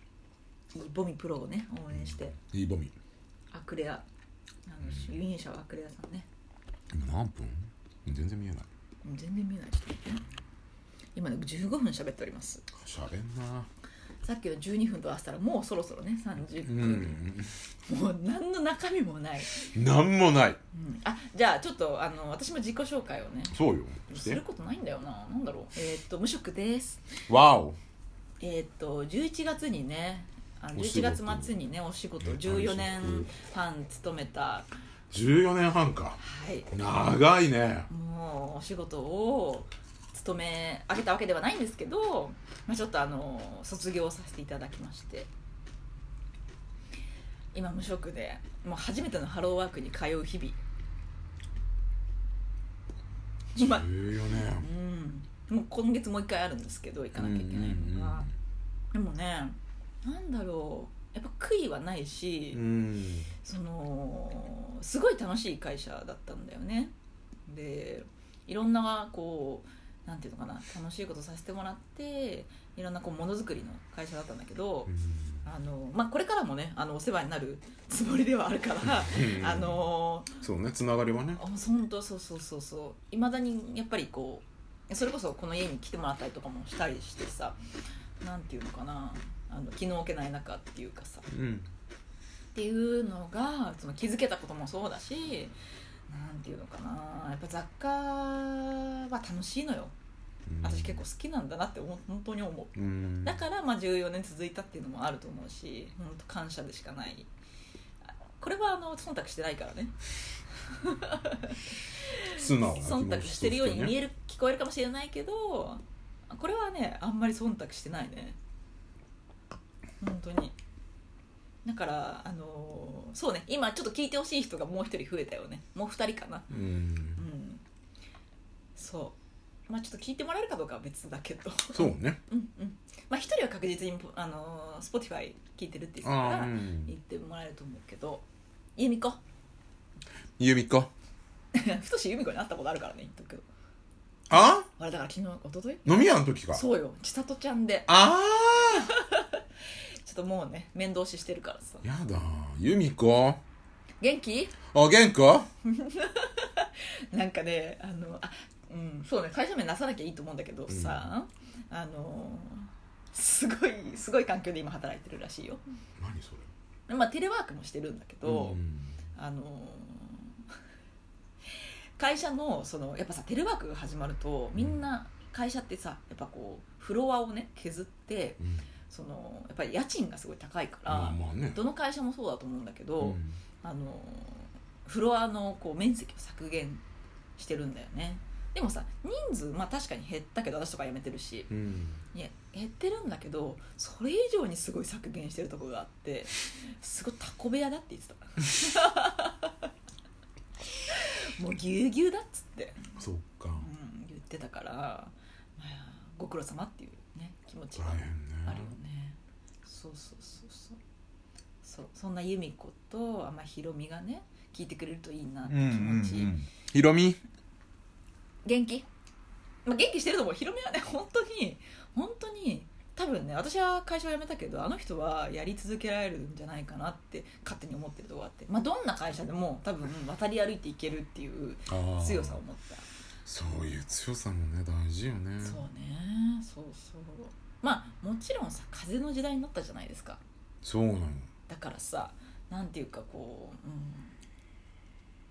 いいボミプロをね応援して
当いいボミ
アクレアあの輸入者はアクレアさんね
今何分全然見えない
もう全然見えないちょっと待ってね今ね15分喋っております
喋んな
さっきの12分と合わせたらもうそろそろね30
う
分、
ん
もう何の中身もない、
なんもない
うん、あじゃあちょっとあの私も自己紹介をね
そうよし
する
て
ことないんだよななんだろうえーっと無職です
わお
えーっと11月にねあ
お仕
11
事
月末にねお仕事
え
14年
退職
半勤めた
14年半か
はい
長いね
もうお仕事を勤め上げたわけではないんですけど、まあ、ちょっとあの卒業させていただきまして今無職でもう初めてのハローワークに通う日々今
14年
うんもう今月もう一回あるんですけど行かなきゃいけないのが、でもねなんだろうやっぱ悔いはないし、
うん
そのすごい楽しい会社だったんだよねでいろんなこうなんていうのかな楽しいことさせてもらっていろんなこうものづくりの会社だったんだけど、あのまあ、これからもねあのお世話になるつもりではあるからあの
そうねつながりはね
あ本当そうそうそうそういまだにやっぱりこうそれこそこの家に来てもらったりとかもしたりしてさなんていうのかなあの気の置けない中っていうかさ
うん
っていうのがその気づけたこともそうだしなんていうのかなやっぱ雑貨は楽しいのよ私結構好きなんだなって思う本当に思
構
うだからまあ14年続いたっていうのもあると思うし本当感謝でしかないあこれはあの忖度してないからね
素直な気
忖
持
度
ち
してるように見
え
える聞こえるかもしれないけどこれはねあんまり忖度してないね本当にだからあのーそうね今ちょっと聞いてほしい人がもう一人増えたよねもう二人かな
うん
うんそうまあちょっと聞いてもらえるかどうかは別だけど
そうね
うんうんまあ一人は確実にあのー Spotify 聞いてるって言ってたか
ああう
ら言っ
ん
てもらえると思うけど由美子
ゆみか
太し由美子に会ったことあるからね言っとくけど
あ
あれだから昨日おととい
飲み屋の時か
そうよ千里ちゃんで
あ
ちょっともうね面倒ししてるからさ
あやだゆみこ
元気
あ元気
なんかねあのあうんそうね会社名出さなきゃいいと思うんだけどさ、あのすごいすごい環境で今働いてるらしいよ
何それ
まあテレワークもしてるんだけど、
うん
あの会社のそのやっぱさテレワークが始まるとみんな会社ってさやっぱこうフロアをね削って
うん
そのやっぱり家賃がすごい高いか
まあ
ら、
まあね
どの会社もそうだと思うんだけど、
うん
あのフロアのこう面積を削減してるんだよねでもさ人数まあ確かに減ったけど私とか辞めてるし
うん
いや減ってるんだけどそれ以上にすごい削減してるとこがあってすごいタコ部屋だって言ってた もうぎゅうぎゅうだっつって、
そっか
うん、言ってたから、まあ、ご苦労様っていうね気持ちが
大変
ある
ね
よねそうそうそうそうそうそんな由美子とあまあひろみがね聞いてくれるといいなって気持ち、
ひろみ
元気、まあ、元気してると思うひろみはね本当に本当に多分ね私は会社を辞めたけどあの人はやり続けられるんじゃないかなって勝手に思ってるとこがあって、まあ、どんな会社でも多分渡り歩いていけるっていう
あー
強さを持った
そういう強さもね大事よね
そうねそうそうまあもちろんさ風の時代になったじゃないですか
そうなの
だからさなんていうかこう、うん、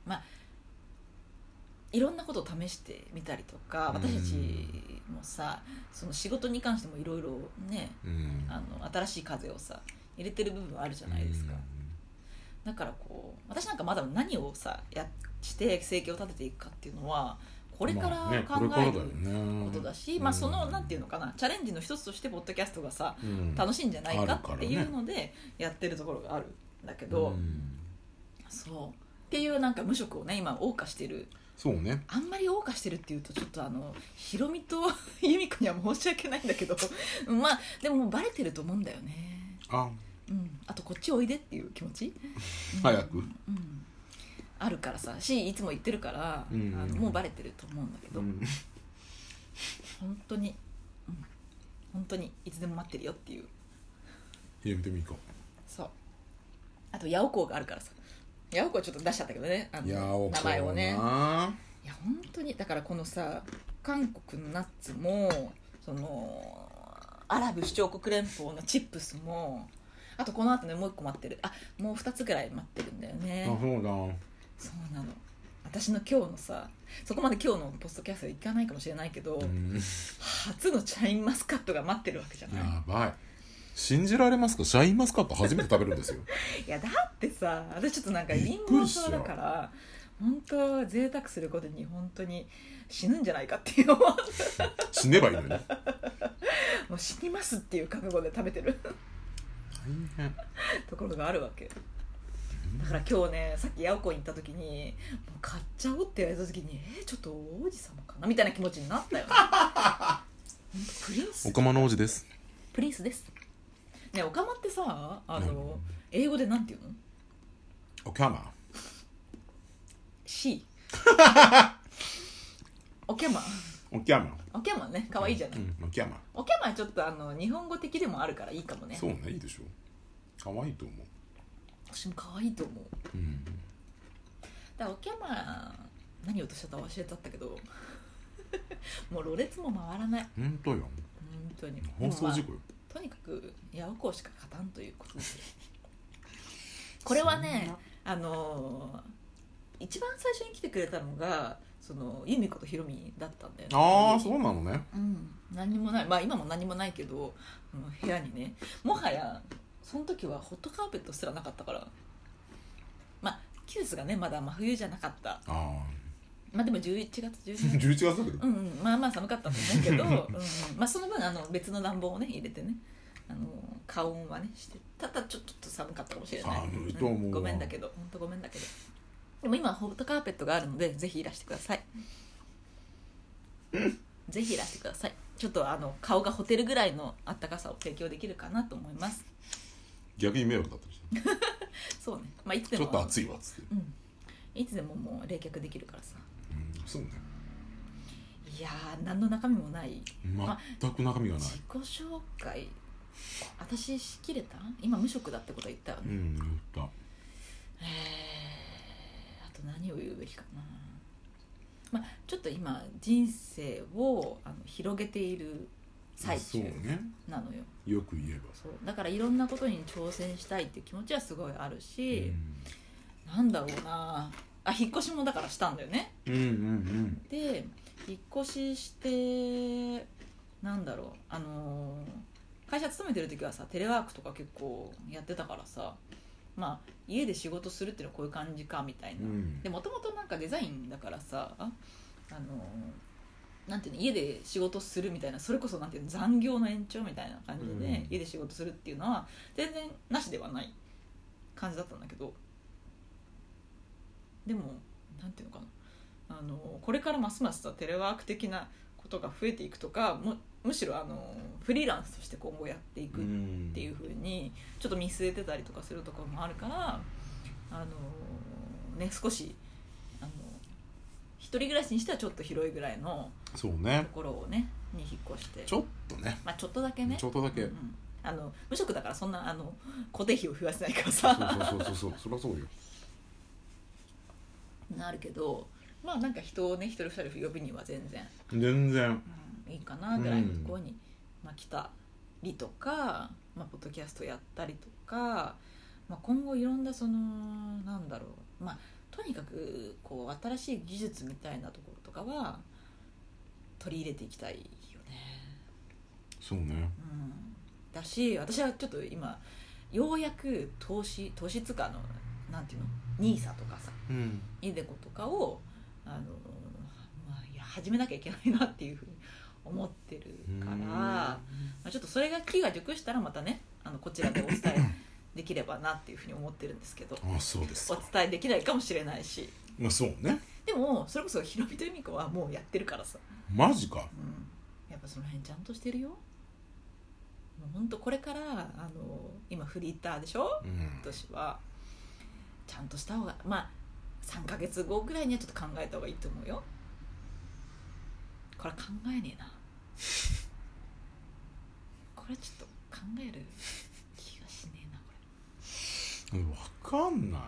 まあいろんなことを試してみたりとか
うん
私たちもさその仕事に関してもいろいろね
うん
あの新しい風をさ入れてる部分はあるじゃないですか、だからこう私なんかまだ何をさやして生計を立てていくかっていうのはこ
こ
れから考えることだし、まあそのなんていうの
か
かなチャレンジの一つとしてポッドキャストがさ
し
楽しいんじゃない
ある
か
から
っ
ね
ていうのでやってるところがあるんだけど、そうっていうなんか無職をね今謳歌してる
そうね
あんまり謳歌してるっていうとちょっとあのヒロミと由美子には申し訳ないんだけど まあでももうバレてると思うんだよね
あ
うんあとこっちおいでっていう気持ち、うん
早く
うんあるからさしいつも言ってるから、
うん
あのもうバレてると思うんだけど、
うん
本当に、うん、本当にいつでも待ってるよっていう
ひろみとみこ
そうあと八百幸があるからさ八百幸はちょっと出しちゃったけどねあ
いやー
の
お
名前をね
ない
や本当にだからこのさ韓国のナッツもそのアラブ首長国連邦のチップスもあとこの後ねもう一個待ってるあもう二つぐらい待ってるんだよ
あ
ね
そうだ
そうなの私の今日のさそこまで今日のポストキャスト行かないかもしれないけど、
うん
初のチャインマスカットが待ってるわけじゃない
やばい信じられますかシャインマスカット初めて食べるんです よ
いやだってさ私ちょっとなんか
び
貧
っく
乏
りしちゃ
症
う
だから本当贅沢することに本当に死ぬんじゃないかっていう思う
死ねばいいのに大
もう死にますっていう覚悟で食べてる
変
ところがあるわけだから今日ねさっきヤオコに行った時に「もう買っちゃおう」って言われた時に「えー、ちょっと王子様かな?」みたいな気持ちになったよ、ね、プリン
お
ス
かまの王子です
プリンスですねオカマってさあの英語でなんて言うの
おかま
?C オキャマ
おきゃま
オキャマね可愛いじゃない、
うんおきゃま
オキャマはちょっとあの日本語的でもあるからいいかもね
そうねいいでしょ可愛いと思う
私も可愛いと思
う
う
ん
だからおきゃま何言おうとしてたか忘れちゃったけど もうろれつも回らない
本当よ
本当に
放送事故よ
もうまあとにかくヤオコーしか勝たんということですこれはねあのー一番最初に来てくれたのがその由美子とひろみだったんだよね
ああそうなのね
うん、何もないまあ今も何もないけどあの部屋にねもはやその時はホットカーペットすらなかったからまあキュースがねまだ真冬じゃなかった
あ
まあでも11月12
あ
月
11月だけど
うんうん、まあまあ寒かったと思うけど、うんうんまあ、その分あの別の暖房をね入れてねあの加温はねしてただちょっと寒かったかもしれない
寒いと思うわ
んごめんだけど本当ごめんだけどでも今ホットカーペットがあるのでぜひいらしてくださいぜひいらしてくださいちょっとあの顔がほてるぐらいのあったかさを提供できるかなと思います
逆に迷惑だったりして
そうねまあいつで
ち
も
ょっと暑いわっつって
うんいつでももう冷却できるからさ
うんそうね
いやー何の中身もない
全く中身がない
自己紹介私しきれた今無職だってことは言ったよ
う
ね、
ん言った
えーあと何を言うべきかなまあちょっと今人生をあの広げている最
そ
中
うね
なのよ
よく言えば
そうだからいろんなことに挑戦したいっていう気持ちはすごいあるし、
う
なんだろうなあ引っ越しもだからしたんだよね
んうんうん
で引っ越ししてなんだろうあのー会社勤めてる時はさテレワークとか結構やってたからさまあ家で仕事するっていうのはこういう感じかみたいな、
うん
でもともとなんかデザインだからさあのーなんていうの家で仕事するみたいなそれこそなんていうの残業の延長みたいな感じで、
うん
家で仕事するっていうのは全然なしではない感じだったんだけどでもなんていうのかなあのこれからますますさテレワーク的なことが増えていくとかむむしろあのフリーランスとして今後やっていく
ん
っていうふうにちょっと見据えてたりとかするところもあるからあのね少しあの一人暮らしにしてはちょっと広いぐらいの
そう
と
ね
ころをねに引っ越して
ちょっとね
まあ、ちょっとだけね
ちょっとだけ
うんうんあの無職だからそんなあの固定費を増やせないか
そ
らさ
うそう そうそうそりゃそうよ
なるけどまあなんか人をね一人二人呼ぶには全然、
全然
うんいいかなぐらいのところに、まあ、来たりとか、まあ、ポッドキャストやったりとか、まあ、今後いろんなそのなんだろうまあとにかくこう新しい技術みたいなところとかは取り入れていきたいよね。
そうね
うんだし私はちょっと今ようやく投資投資っつうかあのなんていうの NISA とかさ
うん
イデコとかをあの、まあ、いや始めなきゃいけないなっていうふうに思ってるから、まあ、ちょっとそれが木が熟したらまたねあのこちらでお伝えできればなっていうふうに思ってるんですけど
あそうです
お伝えできないかもしれないし
まあそうね
でもそれこそひろみとゆみ子はもうやってるからさ、
マジか
うん、やっぱその辺ちゃんとしてるよもうほんとこれからあの今フリーターでしょ
うん
今年はちゃんとした方がまあ3ヶ月後ぐらいにはちょっと考えた方がいいと思うよこれ考えねえなこれちょっと考える気がしねえなこ
分かんないな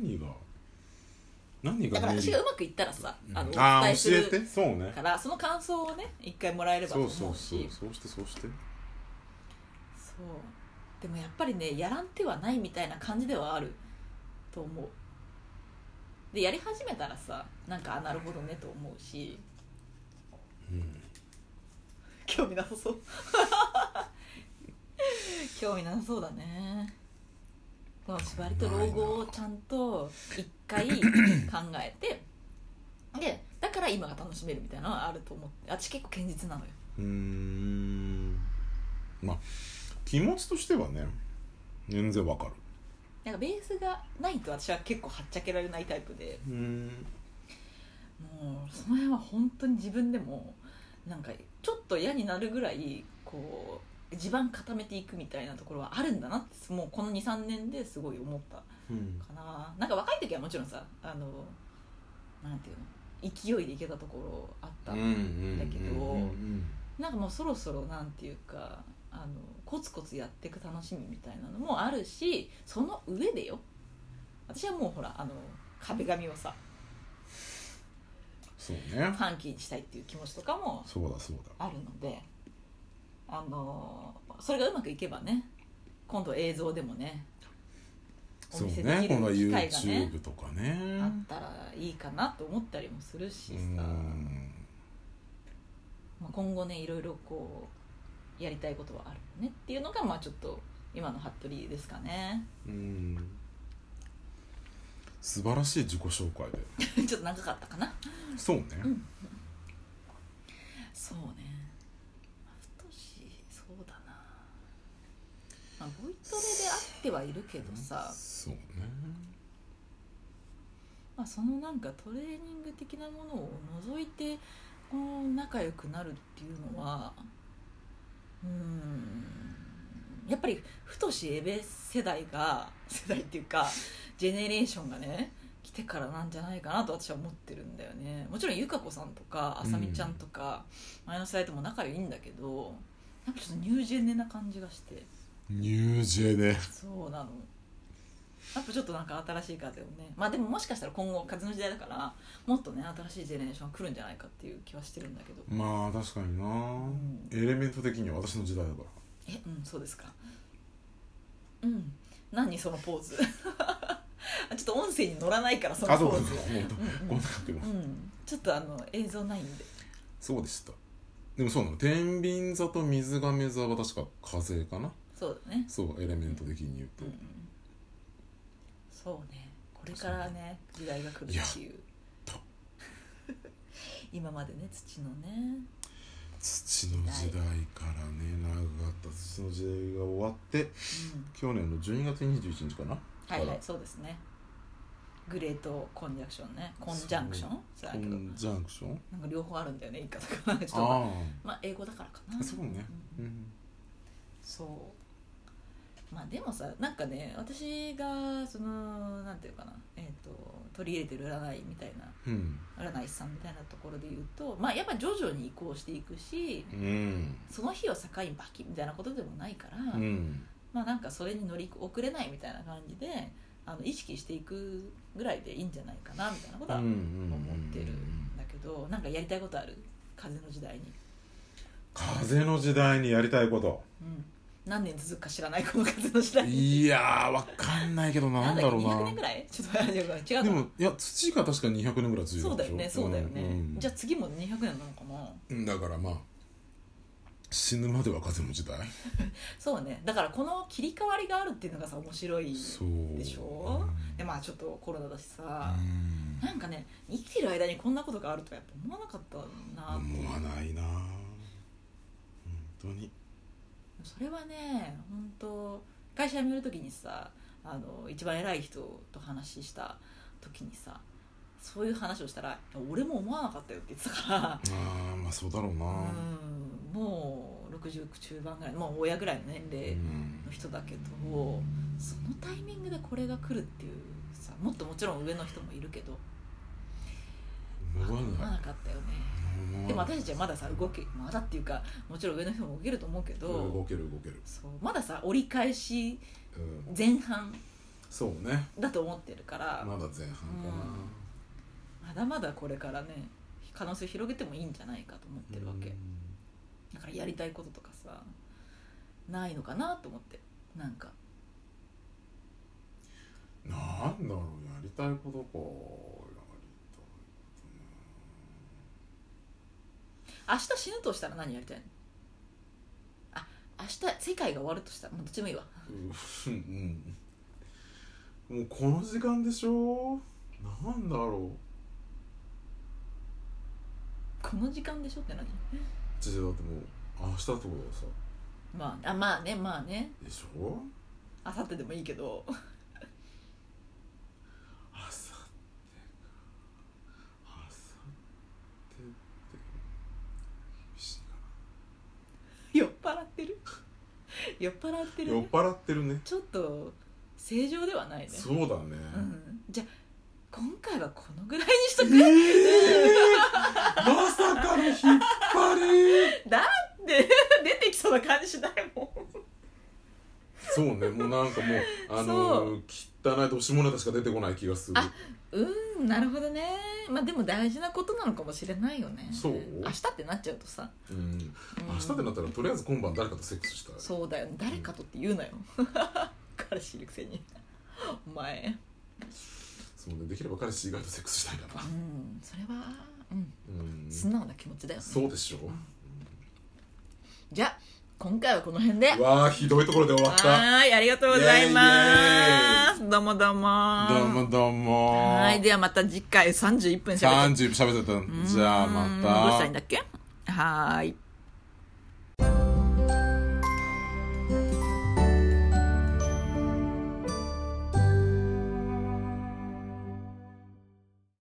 何が何
れだ
が
から
メ
私
リ
がうまくいったらさあのお
ああ
伝えす
ー教え
る
てそうね
からその感想をね一回もらえればと
そ
思
う
うし
そうそうそうしてそうして
そうでもやっぱりねやらん手はないみたいな感じではあると思うでやり始めたらさなんかあなるほどねと思うし
うん
興味なさそう 興味なさそうだねこの縛りと老後をちゃんと一回考えてでだから今が楽しめるみたいなのはあると思って私結構堅実なのよ
うーんまあ気持ちとしてはね全然わかる
なんかベースがないと私は結構はっちゃけられないタイプで
うん
もうその辺は本当に自分でもなんかちょっと嫌になるぐらいこう地盤固めていくみたいなところはあるんだなってもうこの23年ですごい思った
うん
かななんか若い時はもちろんさあのなんていうの勢いでいけたところあった、
うん
だけど
うん
なんかもうそろそろなんていうかあのコツコツやっていく楽しみみたいなのもあるしその上でよ私はもうほらあの壁紙をさ
そうね
ファンキーにしたいっていう気持ちとかも
そうだそうだ
あるのであのそれがうまくいけばね今度映像でもね
そう
お見せ
ね
で
こ
きる
の
機会がね
YouTube とかね
あったらいいかなと思ったりもするし
う
さ、
ん
まあ、今後ねいろいろこうやりたいことはあるよねっていうのがまあちょっと今の服部ですかね
うん素晴らしい自己紹介で
ちょっと長かったかな
そうね
うんそうねまあ太しそうだな、まあ、ボイトレであってはいるけどさ、
そうね
まあ、そのなんかトレーニング的なものを除いてこう仲良くなるっていうのはうーんやっぱり太しエベ世代が 世代っていうかジェネレーションがね来てからなんじゃないかなと私は思ってるんだよねもちろん友香子さんとかあさみちゃんとか、前の世代とも仲いいんだけどやっぱちょっとニュージェネな感じがして
ニュージェネ
そうなのやっぱちょっとなんか新しい風をねまあでももしかしたら今後風の時代だからもっとね新しいジェネレーション来るんじゃないかっていう気はしてるんだけど
まあ確かになんエレメント的には私の時代だから
えうんそうですかうん何そのポーズ ちょっと音声に乗らないからその
あそう
ポ
か
ーズは
そうか
うん
こんな感じだ
うんちょっとあの映像ないんで
そうでしたでもそうなの天秤座と水亀座は確か風かな
そうだね
そうエレメント的に言う
う
と、
んうんそうねこれからね時代が来る
いや
っていう
と
今までね土のね
土の時代からね長かった土の時代が終わって
うん
去年の12月21日かな
はいはい
か
そうですねグレートコンジャクションねコンジャンクションそ
ら
れだ
コ
けどなん
ンジャンクション
か両方あるんだよね言い方がちょっとまあ
あ
まあ英語だからか
あ
な
そうね
う
うんん
そうまあでもさなんかね私がそのなんていうかな、えー、と取り入れてる占いみたいな
うん
占い師さんみたいなところで言うとまあやっぱ徐々に移行していくし
うん
その日を境にバキみたいなことでもないから、
うん
まあなんかそれに乗り遅れないみたいな感じであの意識していくぐらいでいいんじゃないかなみたいなことは
うんう
思っ
ん
てるんだけど、なんかやりたいことある風の時代に、
風の時代にやりたいこと
うん、何年続くか知らないこの風の時代
いやーわかんないけどなんだろう
200
な
年ぐらいちょっと待って違うか
でもいや土が確か200年ぐらい続いてる
そうだよね
でしょ
そうだよね、
んうん
じゃあ次も200年なのかな
うんだからまあ死ぬまでは風の時代
そうねだからこの切り替わりがあるっていうのがさ面白い
そう
でしょ
うん
でまあちょっとコロナだしさ、
うん
なんかね生きてる間にこんなことがあるとはやっぱ思わなかったなっていう
思わないな本当に
それはね本当会社辞める時にさあの一番偉い人と話した時にさそういう話をしたら「俺も思わなかったよ」って言ってたか
ああまあそうだろうな
らうんもう60中盤ぐらいもう親ぐらいの年
う
齢
ん
の人だけどそのタイミングでこれが来るっていうさもっともちろん上の人もいるけど
思わ
思わ
ない
なかったよね
思わない
でも私たちはまださ動けまだっていうかもちろん上の人も動けると思うけ
動
ど
ける動ける
そうまださ折り返し
うん
前半
そうね
だと思ってるから、
まだ前半かな
うんまだまだこれからね可能性広げてもいいんじゃないかと思ってるわけ、
うん
だからやりたいこととかさないのかなと思ってなんか
なんだろうやりたいことかやり
明日死ぬとしたら何やりたいのあ明日世界が終わるとしたらもうどっちでもいいわ
たいうんうんもうこの時間でしょなんだろう
この時間でしょって何
じゃあだってもう明日ってことはさ
まああまあねまあね
でしょ
明後日でもいいけど 酔っ払ってる、
酔っ
ね、
払ってるね
ちょっと正常ではないね
そうだね、
うん、じゃあ今回はこのぐらいにしとく
えー、まさかの引っ張り
だ って出てきそうな感じしないもん
そうねもうなんかもうあ
そ
の汚いと下ネタしか出てこない気がする
あうんなるほどねまあでも大事なことなのかもしれないよね
そう
明日ってなっちゃうとさ、
うん
うん
明日ってなったらとりあえず今晩誰かとセックスしたい
そうだよ誰かとって言うなよ 彼氏いるくせにお前
そうねできれば彼氏以外とセックスしたいかな
うんそれはうん
うん
素直な気持ちだよね
そうでしょ
じゃあ今回はこの辺で
うわあひどいところで終わ
は
った
ーいありがとうございますどうもどうも
どうもどうも
はいではまた次回31分しゃべっ
30喋ってたじゃあまた
どうしたらいいんだっけはーい